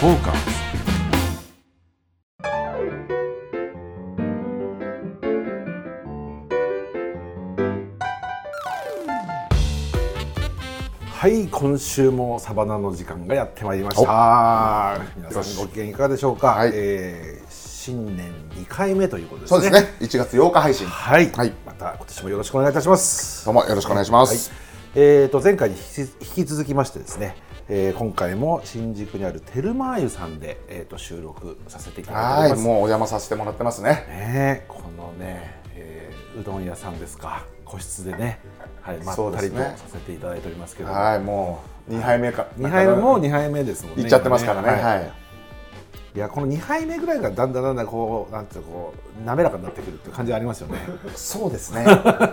フォーカスはい今週もサバナの時間がやってまいりました皆さんご機嫌いかがでしょうか、はいえー新年2回目ということですそねうですね。1月8日配信。はい、はいまた今年もよろしくお願いいたしますどうもよろしくお願いしまはいす。、えー、と前回に引き引き続きましてですね、えー、今回も新宿にあるテルマーユさんで、えー、と収録させていただはいてい、おります。もうお邪魔させてもらってますね。ねえこのね、えーうどん屋さんですか個室でね、はい、まそっうでたすりとねさせていただいておりますけど、はい、もう2杯目か。二杯目もう2杯目ですもんねいっちゃってますからね。今はいいやこの2杯目ぐらいがだんだんだんだんこうなんていうかこう滑らかになってくるっていう感じありますよ ねい。そうですね。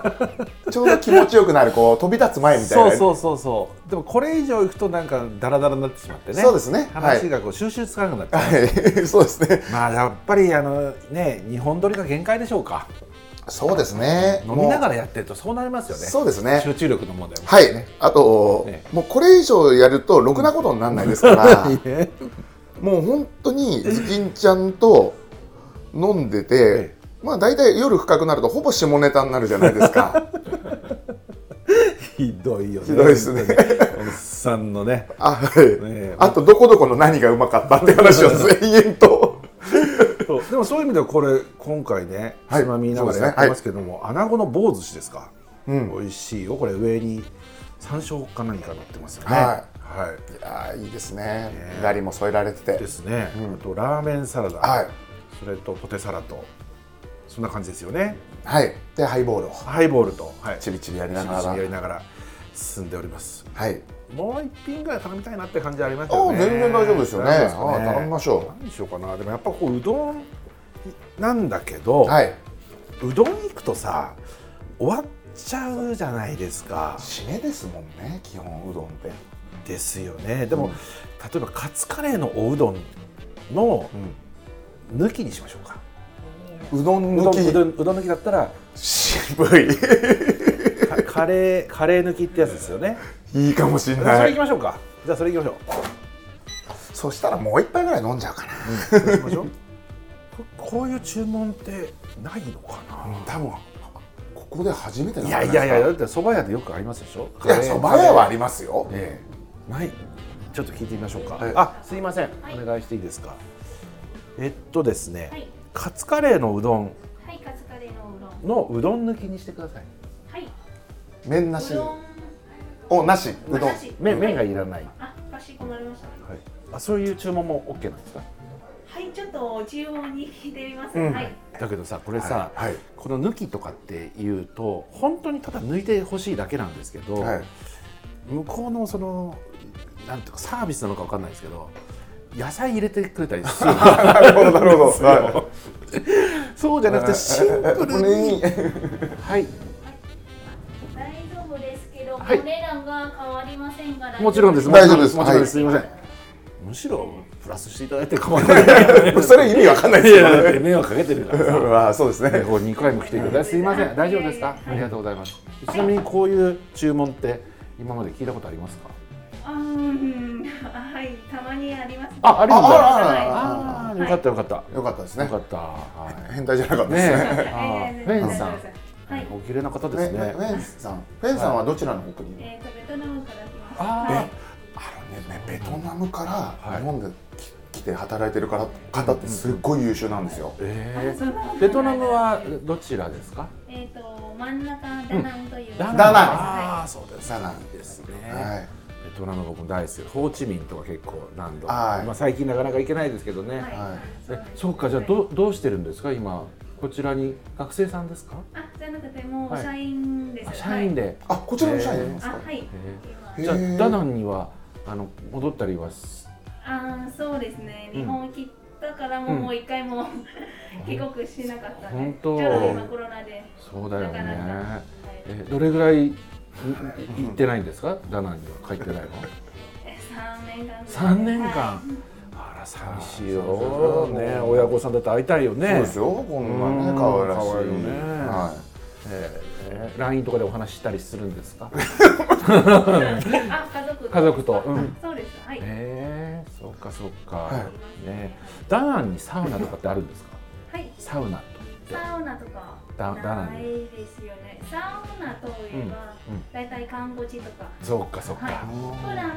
ちょうど気持ちよくなる、こう飛び立つ前みたいそな。うそうそうそうでもこれ以上いくとなんかダラダラになってしまってねそうですねはい話がこう収集つかなくなって、はい、 そうですね。まあやっぱりあのね日本撮りが限界でしょうかそうですね。飲みながら。らやってるとそうなりますよねそうですね集中力の問題もはい。あと、ねもうこれ以上やるとろくなことにならないで すから。えもう本当にズキンちゃんと飲んでて、まあ大体夜深くなるとほぼ下ネタになるじゃないで すかひどいよねひどいですねおっさんのねあ,、はいねえあとどこどこの何がうまかったって話を 延々とでもそういう意味ではこれ今回ねはいつまみながらやってますけども、穴子の棒寿司ですか、うん美味しいよこれ上に山椒か何か乗ってますよね、はいはいやーいいですねガリも添えられてい、でてすね、あとラーメンサラダ、はいそれとポテサラとそんな感じですよねはいでハイボールをハイボールと、はい、ちびちびやりながやらりながら進んでおりますはいもう一品ぐらい頼みたいなって感じありますあよーね全然大丈夫ですよね大あ丈夫ですかねー頼みましょ何にしようかなでもやっぱこううどんなんだけど、うはいうどん行くとさ終わっちゃうじゃないですか締めですもんね基本うどんってですよねでも、例えばカツカレーのおうどんの抜きにしましょうかうどんうどんうど抜んうどん抜きだった らき渋い かカレーカレー抜きってやつですよね、いいかもしれそなれ行いきましょうかじゃあそれ行きましょうそしたらもう一杯ぐらい飲んじゃうかなしましょうここういう注文ってないのかな、多分ここで初めてなんいじゃやないですかやいやだって蕎麦屋でよくありますでしょいやそば屋はありりますよ、ええないちょっと聞いてみましょうか、はいあすいません、お願いしていいですかえっとですね、はいカツカレーのうどんはい、カツカレーのうどん。のうどん抜きにしてくださいはい、う麺なしどん。おなしうどんなし麺麺がはいいらない、あ、かしこまりました。はい、あそういう注文も OK なんですかはい、ちょっと注文に聞いてみます。うんはい。だけどさこれさ、はいはいこの抜きとかっていうと本当にただ抜いてほしいだけなんですけど、はい向こうのそのなんていうかサービスなのかわかんないですけど野菜入れてくれたり するなるほどなるほ ど、はそうじゃなくてシンプルにはい大丈夫ですけど、はいお値段が変わりませんから。もちろんです大丈夫ですもちろんです、はいすみませんむしろプラスしていただいて構わ ないい、それ意味わかんないいですやよだっ ねて迷惑かけてるからさ あそうですねこう二回も来ていただいてすいません大丈夫ですかはいありがとうございますちなみにこういう注文って今まで聞いたことありますかあうん、はい、たまにあります。ああるんだああああよかったよかったよよかったですねかったは変態じゃなかっいたですねねえあはいーフェンさんはいはいお綺麗な方でねすねフェンさんフェンさんはどちらの国に、えっ、と、ベトナムから来ました。ああのねねベトナムかはらい日本でき来て働いてるから方ってすっごい優秀なんですよ、ーえそんなことないーベトナムはどちらですかえっ、と、真ん中ダナンという。ダナンナンああそうですダナンいいですねはいベトナムが僕も大好きホーチミンとか結構何度はいまあ最近なかなか行けないですけどねはいはいえそうかじゃあどうどうしてるんですか今こちらに学生さんですかあ、じゃなくてもうはい社員です。あ社員で。で、あこちらの社員なんですあ、か、はい。へーじゃあダナンにはあの戻ったりはすあーそうですね、うん日本来たからもうんもう一回も帰国しなかったんで本当ちょうど今コロナで、そうだよねなかなかえどれぐらいいい行ってないんですかダナンには帰ってないのえ3年間ぐらい3年間、はあら寂しいそうそうよそうね親御さんだって会いたいよねそうですよこんなうんね可愛らしい可愛いよねはいええ LINE とかでお話ししたりするんですかいあ家族家族とうんそうですはい、ええそうかかそっか、はねダナンにサウナとかってあるんですかはいサウナとサウナとかだだなないですよねサウナといえば、うんうんだいたい観光地とかそっかそっか、はいうん普段だったらあん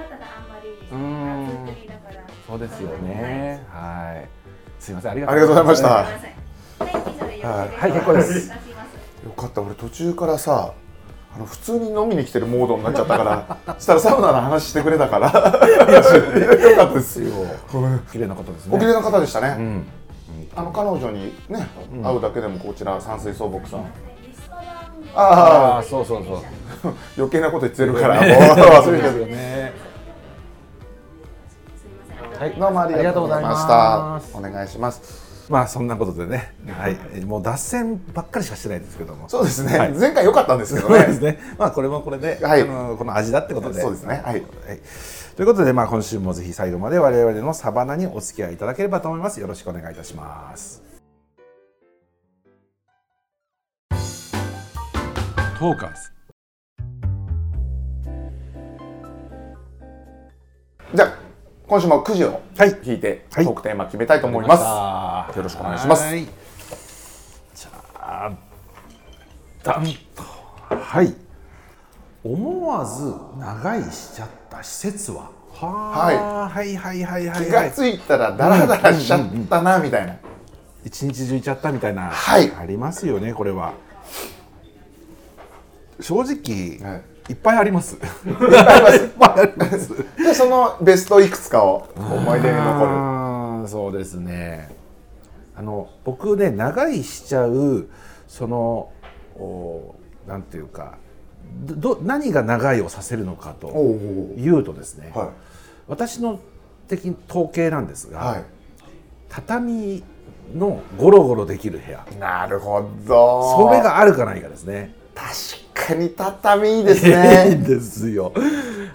まりですうねん暑い国だからそうですよねはいすいませんありがありがとうございましごためんなさい電気車でよろしいですかはいはい結構です出しますよかった俺途中からさあの普通に飲みに来てるモードになっちゃったから したらサウナの話してくれたから よかったですよごめん綺麗なことですねおきれの方でしたね、うんあの彼女にね、うん会うだけでもこちら山水草木さんリストランでああそうそうそう余計なこと言ってるから、ねもう忘そうれでてするよねすいませんあはりがとうございますいどうもありがとうございましたありがとうございますお願いしますまあそんなことでね、はい、えもう脱線ばっかりしかしてないですけどもそうですね、はい前回良かったんですけどそうですねね。まあこれもこれで、はいあのこの味だってことで。そうですねはいということでまあ今週もぜひ最後まで我々のサバナにお付き合いいただければと思います。よろしくお願いいたします。トーカーズ。じゃあ今週もくじをはい引いて、はいトークテーマ決めたいと思います、ますよろしくお願いしますじゃあ、ダンと。はい。思わず長居しちゃった施設は。はーはいはいはいはい気はがい。ついたらダラダラしちゃったなみたいな、一日中いちゃったみたいな。はいありますよね、これは。正直、はいい、っぱいあり ます。いっぱいあります。いっぱいあります。でそのベストいくつかを思い出に残るあーそうですねあの僕ね長いしちゃうそのおなんていうかどど何が長いをさせるのかおとういうとですね、おうは私の的統計なんですいが、はい畳のゴロゴロできる部屋なるほどそれがあるかないかですね。確かに畳いいですいいんねですよ。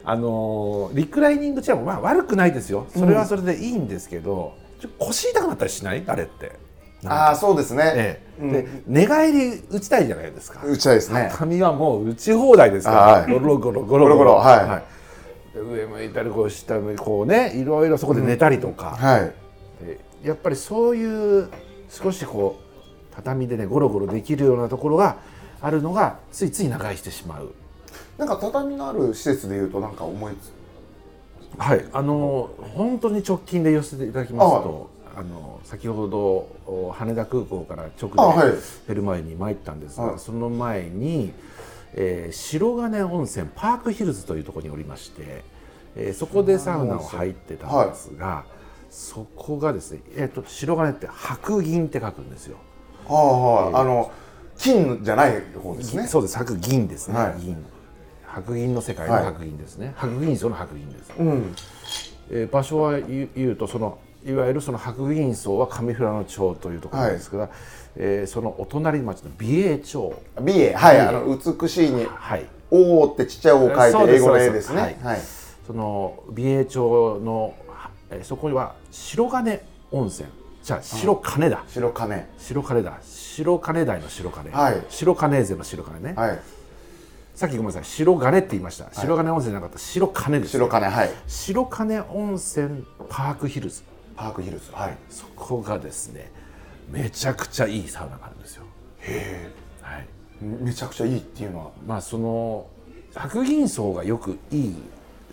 あのーリクライニングチェアもまあ悪くないですよ。それはそれでいいんですけど、ちょっと腰痛くなったりし ない？あれって。ああそうですねええで寝返り打ちたいじゃないですか。打ちたいですね髪はもう打ち放題ですかあら。はいゴロゴロゴロゴロゴロはいで上向いたりこう下向いたりこうねいろいろそこで寝たりとか、はいでやっぱりそういう少しこう畳でねゴロゴロできるようなところがあるのがついつい長居してしまう。なんか畳のある施設でいうとなんか思いつはい、あの本当に直近で寄せていただきますと、あの先ほどお羽田空港から直あはいで出る前に参ったんですが、はいその前に、えー白金温泉パークヒルズというところにおりまして、えーそこでサウナを入ってたんですが、そこがですね、えー、と白金って白銀って書くんですよ。ああはいあの金じゃない方ですねそうです白銀ですね、はい銀白銀の世界の白銀ですね、白銀その白銀です。うんえー場所は言う言うとそのいわゆるその白銀荘は上富良野町というところなんですけど、えーそのお隣町の美瑛町美瑛はいあの美しいにはい「王」ってちっちゃい「王」書そういてです英語の「英ですそうでねすはいその美瑛町の、えーそこには白金温泉じゃあ白金だ、白金白金だ白金台の白金、はい白金税の白金ね、はいさっきごめんなさい白金って言いました白金温泉じゃなかった白金です白金はい白金温泉パークヒルズパークヒルズはいそこがですねめちゃくちゃいいサウナがあるんですよはいめちゃくちゃいいっていうのはまあその白銀荘がよくいい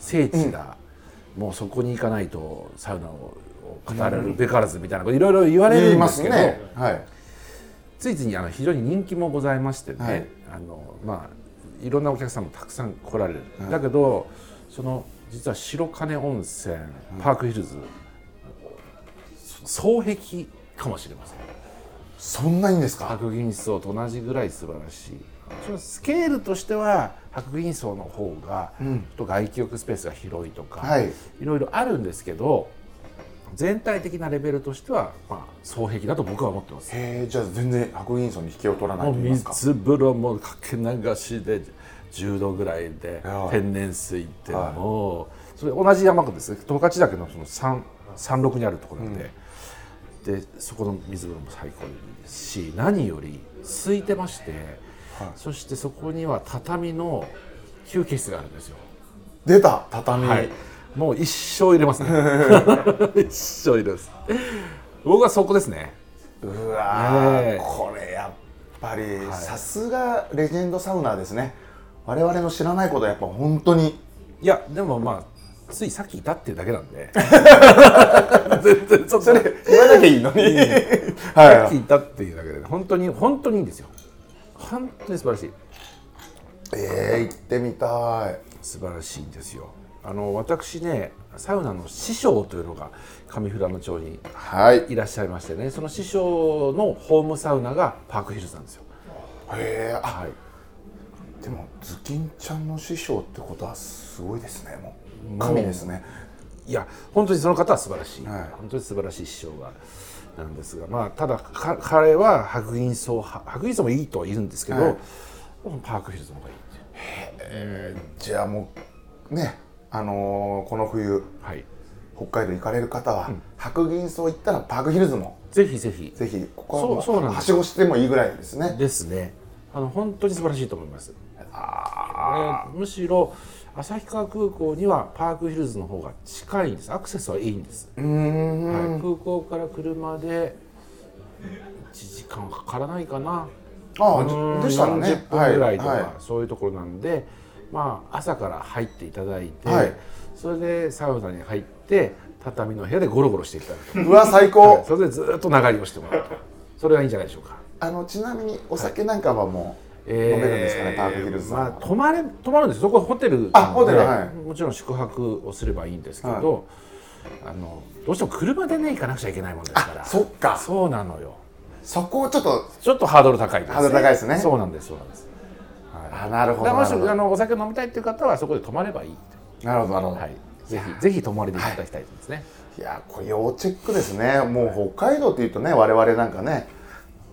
聖地だ、もうそこに行かないとサウナを語られるべからずみたいなこといろいろ言われ言るいんでますすけどねはいついついにあの非常に人気もございましてね、はいあのまあいろんなお客さんもたくさん来られる、だけどその実は白金温泉パークヒルズ、そ双璧かもしれませんそんないいんですか白銀層と同じぐらい素晴らしいそのスケールとしては白銀層の方が、ちょっと外気浴スペースが広いとか、はいろいろあるんですけど全体的なレベルとしては、まあ、双璧だと僕は思ってますへえじゃあ全然白銀層に引けを取らないもうと言いますか水風呂もかけ流しで10度ぐらいではい天然水ってはいもうそれ同じ山形ですね十勝岳のその山山麓にあるところなんで、でそこの水風呂も最高ですし何より空いてまして、そしてそこには畳の休憩室があるんですよ。出た畳はい、もう一生入れ ますね一生入れます僕はそこですねうわー、ねえこれやっぱりさすがレジェンドサウナーですね我々の知らないことはやっぱ本当にいやでもまあついさっきいたっていうだけなんで 全然そそこれ言わなきゃいいのにはいさっきいたっていうだけで本当に本当にいいんですよ本当に素晴らしいえー、行ってみたい素晴らしいんですよあの私ねサウナの師匠というのが上富良野町にはいへいらっしゃいましてねその師匠のホームサウナがパークヒルズなんですよえあはいでもズキンちゃんの師匠ってことはすごいですねもう神ですねいや本当にその方は素晴らしい、はい本当に素晴らしい師匠がなんですが、まあ、ただか彼は白銀荘は白銀荘もいいとは言うんですけど、はいパークヒルズの方がいいっていうじゃあもうねあのーこの冬はい北海道行かれる方は、白銀荘行ったらパークヒルズもぜひぜひぜひここはもうそうそうなんですはしごしてもいいぐらいですねですねあの本当に素晴らしいと思いますあむしろ旭川空港にはパークヒルズの方が近いんですアクセスはいいんです、うーんはい、空港から車で1時間かからないかなああうんでしたらね40分ぐらいとか、はそういうところなんで、まあ、朝から入っていただいて、はいそれでサウナに入って畳の部屋でゴロゴロしていただく、い、うわ最高、それでずっと長居をしてもらうとそれがいいんじゃないでしょうか。あのちなみにお酒なんかはもう 飲めえーるんですかね、パークヒルズさんは、まあ、泊まれ泊まるんですそこホテルなのであホテルはいもちろん宿泊をすればいいんですけど、あのどうしても車でね行かなくちゃいけないもんですからそっかそそうなのよこをちょっとちょっとハードル高いです、ハードル高いですねそうなんですそうなんですあなるほだからどもなしるほどあのお酒飲みたいっていう方はそこで泊まればいいとなるほどなるほど、、はいい、ぜひぜひ泊まりでいただきたいですね、やこれ要チェックですねもう北海道っていうとね我々なんかね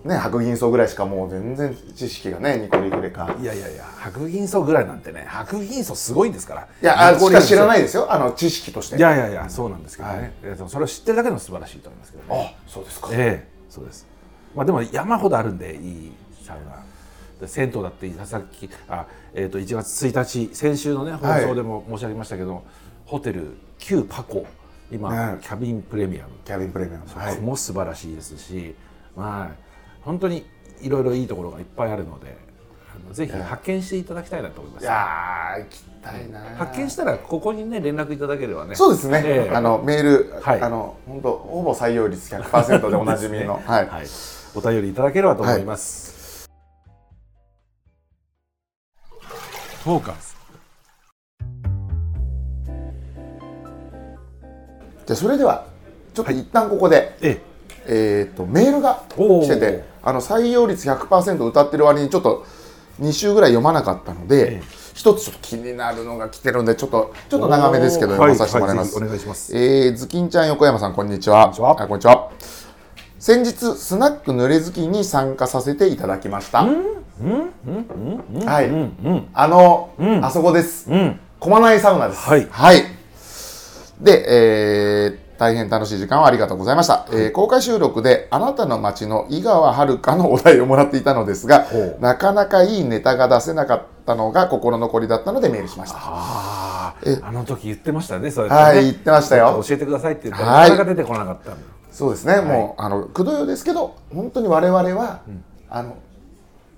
ね白銀荘ぐらいしかもう全然知識がねニコリグレかい、やいやいや白銀荘ぐらいなんてね白銀荘すごいんですからいやあこしか知らないいですよあの知識としていやいやいやそうなんですけどね、はいえっとそれを知ってるだけでも素晴らしいと思いますけどねあそうですかええそうですまあでも山ほどあるんでいいサウナで銭湯だってさっきあ、えー、と1月1日先週のね放はい送でも申し上げましたけど、ホテル旧パコ今、ねキャビンプレミアムキャビンプレミアムはいも素晴らしいですし、まあ、本当にいろいろいいところがいっぱいあるのであのぜひ発見していただきたいなと思いまいす。やー行きたいな発見したらここにね連絡いただければねそうですね、ええあのメール、はいあの本当ほぼ採用率100%でおなじみの、はい、はい、お便りいただければと思います。フォーカス。じゃあそれではちょっと一旦ここで、ええー、とメールがおー来ててあの採用率100%歌ってる割にちょっと2週ぐらい読まなかったのえでえ一、つちょっと気になるのが来てるんでちょっとちょっと長めですけどおー読まさせてもらいます、はいはいぜひお願いしますえー、ズキンちゃん横山さんこんにちはこんにちはあこんにちは先日スナック濡れずきんに参加させていただきましたはい、あの、あそこです、駒内サウナですはいで、えー大変楽しい時間をありがとうございました、えー公開収録であなたの街の井川遥のお題をもらっていたのですがほうなかなかいいネタが出せなかったのが心残りだったのでメールしましたあえあ、あの時言ってましたね。それねはい言ってましたよ教えてくださいって言ったら、はないかなか出てこなかった。そうですね、もうあのくどよですけど本当に我々は、あの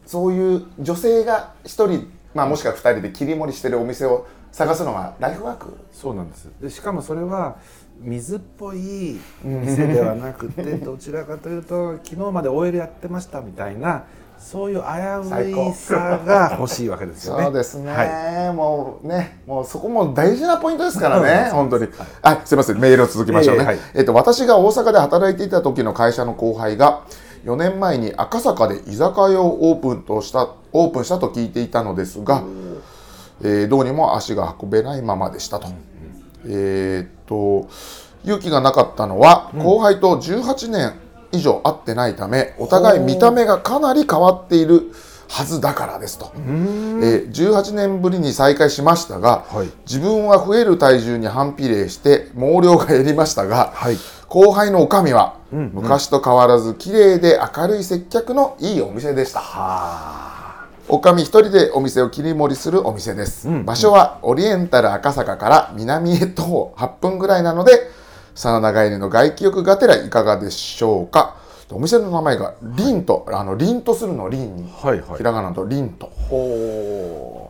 そういう女性が一人、まあ、もしくは二人で切り盛りしてるお店を探すのがライフワークそうなんですでしかもそれは水っぽい店ではなくて どちらかというと昨日まで OL やってましたみたいなそういう最危う高いさが欲しいわけですよね。そうですね、はい、もうね、もうそこも大事なポイントですからそうなんでね、す本当に。あ、すみません、メールを続きましょうね。いえいえはいえっと、私が大阪で働いていた時の会社の後輩が。4年前に赤坂で居酒屋をオープンとした、オープンしたと聞いていたのですが。えーどうにも足が運べないままでしたと。えーっと勇気がなかったのは、後輩と18年以上会ってないためお互い見た目がかなり変わっているはずだからですと、えー18年ぶりに再会しましたが、はい自分は増える体重に反比例して毛量が減りましたが、はい後輩のおかみは、昔と変わらず綺麗で明るい接客のいいお店でした。あおかみ一人でお店を切り盛りするお店です、うん場所はオリエンタル赤坂から南へ徒歩8分ぐらいなので真田帰りの外気浴がてらいかがでしょうかお店の名前がリンと、あの凛とするの凛に、はいはいひらがなとリンと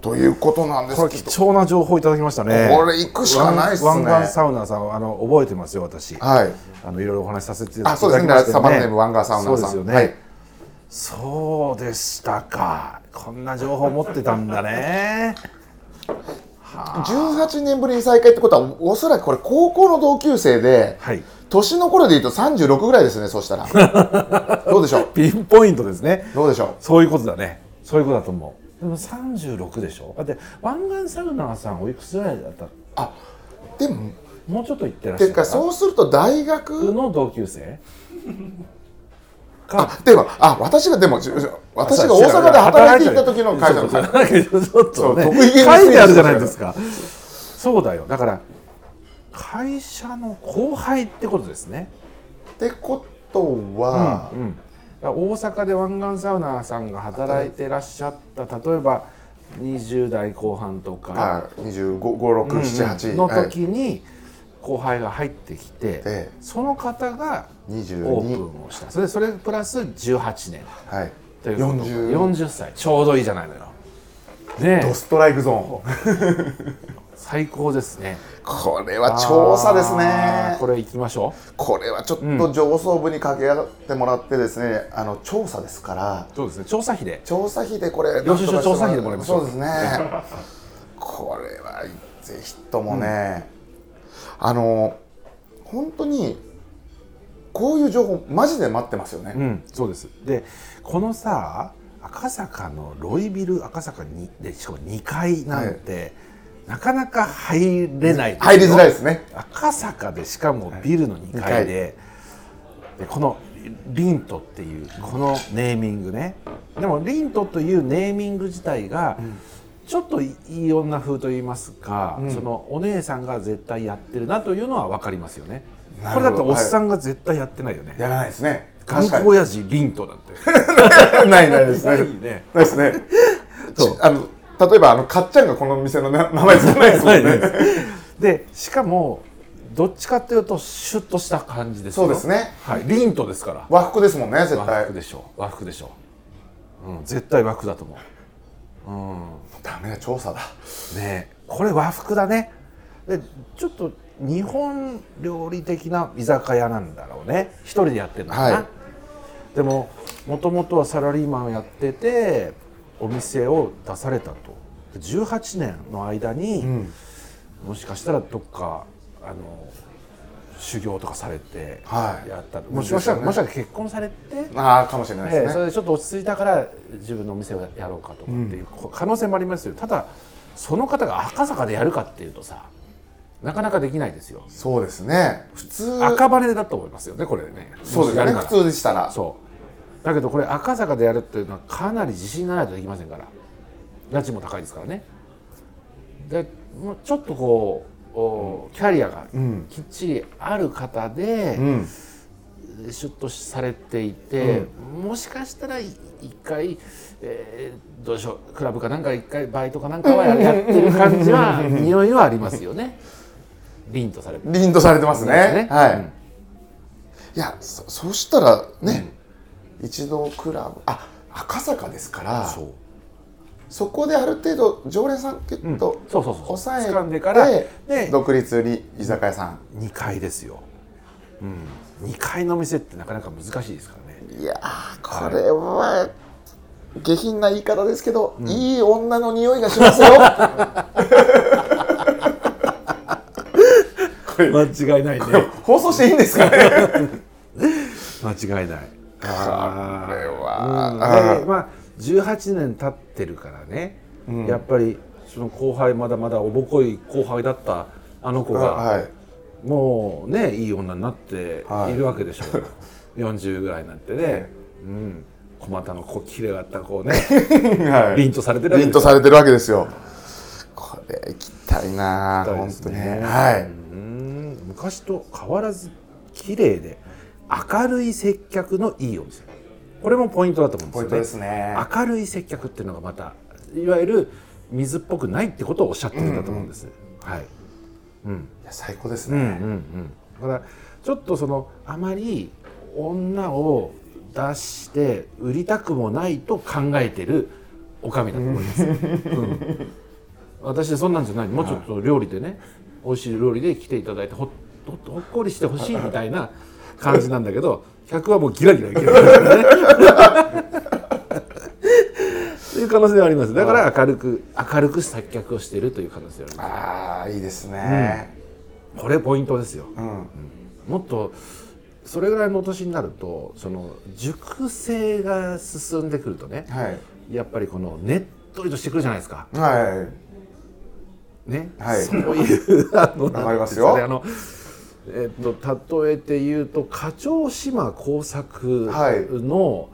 ということなんですこれけど貴重な情報いただきましたねこれ行くしかないっすねワンワンガンサウナーさんあの覚えてますよ私はいあのいろいろお話しさせていただあきそまうしたよですねねサバンネームワンガーサウナーさんそうですよね、はいそうでしたかこんな情報持ってたんだね18年ぶりに再会ってことはおそらくこれ高校の同級生ではい年の頃で言うと36ぐらいですねそしたら どうでしょうピンポイントですねどうでしょそういうことだねそういうことだと思うでも36でしょだって湾岸サウナーさんおいくつぐらいだったうでももうちょっと行ってらっしゃてるかうそうすると大学の同級生あでもあ私がでもじゅ私が大阪で働いていた時の会社そのうそう働いてちょっとねそう得意げに書いてあるじゃないですかそうだよだから会社の後輩ってことですねってことは、うん、大阪で湾岸サウナーさんが働いてらっしゃった例えば20代後半とかあ256778の時に後輩が入ってきて、ええその方がオープ22ンをしたそれそれプラス18年はいということ40 40歳ちょうどいいじゃないのよねえドストライクゾーン最高ですねこれは調査ですあねーこれ行きましょうこれはちょっと上層部に掛け合ってもらってですね、あの調査ですからそうですね調査費で調査費でこれ領収書調査費でもらいましょうそうですね これはぜひともね、あの本当にこういう情報マジで待ってますよね、うん、そうです。で、このさ、赤坂のロイビル赤坂にでしかも2階なんて、なかなか入れない。入りづらいですね赤坂でしかもビルの2階で、でこのリントっていうこのネーミングね。でもリントというネーミング自体が、ちょっといい女風と言いますか、そのお姉さんが絶対やってるなというのは分かりますよね。なこるれほどだとおっさんが絶対やってないよね。やらないですね頑確か固に親父リントだって。 ないないですねいね。ないですねそうあの例えばあのかっちゃんがこの店の名名前つかないですもんね で、しかも、どっちかというと、シュッとした感じですよそうですね。はい、リントですから。和服ですもんね絶和対服でしょう。和服でしょう。うん、絶対和服だと思ダメだ調査だう。ねえ、これ和服だね。で、ちょっと日本料理的な居酒屋なんだろうね。一人でやってるのかな。はいでも、もともとはサラリーマンをやってて、お店を出されたと。18年の間に、もしかしたらどっかあの修行とかされてはいやった、もしかしたら、ですよねもしかしたら結婚されて、ああかもしれないえでえすそね、れでちょっと落ち着いたから自分のお店をやろうかとかっていうこ可能性もありますよただその方が赤坂でやるかっていうとさなかなかできないですよそうですね普通赤羽だと思いますよねこれねそうですやよねるなら普通でしたらそうだけどこれ赤坂でやるっていうのはかなり自信がないとできませんから家賃も高いですからねでもうちょっとこうおキャリアがきっちりある方で、んシュッとされていて、もしかしたらい一回、えーどうでしょうクラブかなんか一回バイトかなんかはややってる感じは匂いはありますよね凛とされて凛とされてますねそうですねはい、うんいやそそしたらね、一度クラブあ赤坂ですからそうこである程度常連さんきっとそうそうそう抑えて、掴んでからで独立に居酒屋さ2階ですよ、うん、2階の店ってなかなか難しいですからねんいやーこれは下品な言い方ですけど、いい女の匂いがします よこれ間違いないね放送していいんですかね間違いないあれでは、まあ18年経ってるからね、やっぱりその後輩まだまだおぼこい後輩だったあの子あが、はいもうねいい女になっているわけでしょう、40ぐらいになってね、うん、小股のこう綺麗だった子をねはい凛とされてるわけ凛ですとよされてるわけですよ。これ行きたいな行きたい本です当ねね。はい。うん昔と変わらず綺麗で明るい接客のいいお店これもポイントだと思うんですポよイねントですね。明るい接客っていうのがまたいわゆる水っぽくないってことをおっしゃってるんだと思うんです、はい、うん、いや最高ですうんうんね。うんだからちょっとそのあまり女を出して売りたくもないと考えてるおかみだと思います、うん私そんなんじゃないもうちょっと料理でね、美味しい料理で来ていただいてほっほっほっこりしてほしいみたいな感じなんだけど客はもうギラギラギラギラという可能性はあります。だから明るく、明るく接客をしているという可能性はありまああいいですね。す。これポイントですよ。うん。もっと。それぐらいのお年になると、その熟成が進んでくるとね。はいやっぱりこのねっとりとしてくるじゃないですか。はね。はいそういう。あのわかりますよなんていうんですかねあの。えっと、例えて言うと、課長島耕作はいの。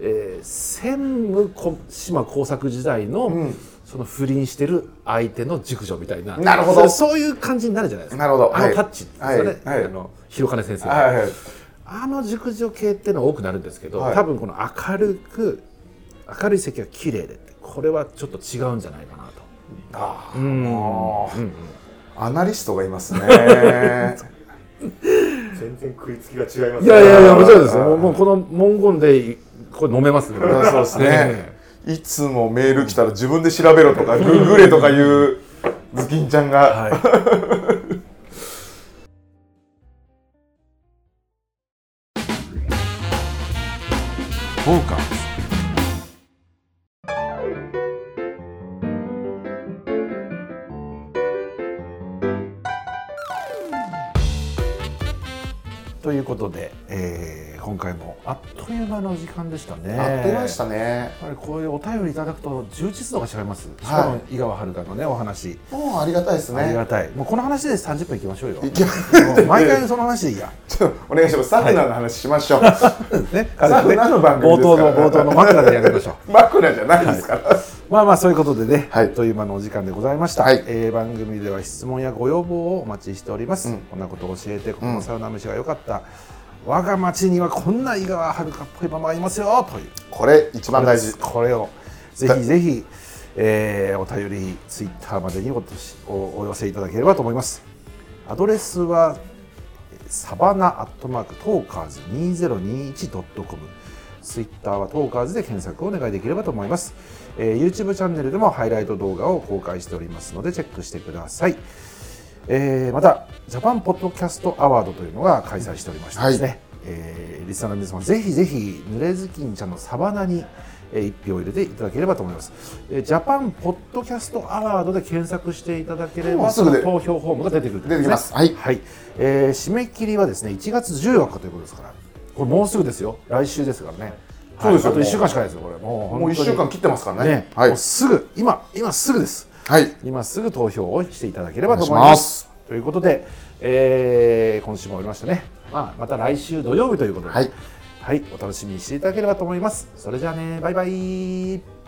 えー専務こ島耕作時代の、んその不倫してる相手の熟女みたいななるほどそそういう感じになるじゃないですかなるほどあはのいタッチですよね、はいはいあの広金先生いの、はい。あの熟女系っていうのは多くなるんですけど、はい多分この明るく明るい席は綺麗でこれはちょっと違うんじゃないかなと。あーうんあうんーアナリストが いますね。全然食いつきが違いますいねやいやいやもちろんですよあーもうもうこの文言でこれ飲めます ねうんそうですえね。いつもメール来たら自分で調べろとかググれとかいうズキンちゃんが。はいフォーカということで、えー今回もあっという間の時間でしたね。あっという間でしたね。やっぱりこういうお便りいただくと充実度が違います。しはいかも井川遥のねお話、もうありがたいですありね。がたい。もうこの話で30分いきましょうよ。いけもう毎回その話で いいや。ちょっとお願いします。サウナの話しまし ょう。ね、さあ何の番組冒で頭すかの冒頭の枕でやりましょう。枕じゃないですから。 まあまあそういうことでね、はいあっという間のお時間でございました、はいえー番組では質問やご要望をお待ちしております、うんこんなことを教えてこのサウナ飯が良かった、我が町にはこんな井川遥っぽいママがいますよというこれ一番大事。これをぜひぜひ、えーお便りツイッターまでにおとしおお寄せいただければと思いますアドレスはサバナアットマークトーカーズ 2021.com ツイッターはトーカーズで検索をお願いできればと思います、えー YouTube チャンネルでもハイライト動画を公開しておりますのでチェックしてくださいえーまたジャパンポッドキャストアワードというのが開催しておりましてですね、はえーリスナーの皆様ぜひぜひ濡れずきんちゃんのサバナに、えー一票を入れていただければと思います、えージャパンポッドキャストアワードで検索していただけれもばうすぐでその投票フォームが出てくるということで出てきますはいはいえー締め切りはですね1月14日ということですからこれもうすぐですよ来週ですからねそうですよはいあと1週間しかないですよこれもう本当もうに一週間切ってますからね。ね、はいもう。すぐ今今すぐですはい。今すぐ投票をしていただければと思おい願まいしますす。ということで、えー今週も終わりましたね、まあ、また来週土曜日ということで、はいはいお楽しみにしていただければと思います。それじゃあねバイバイ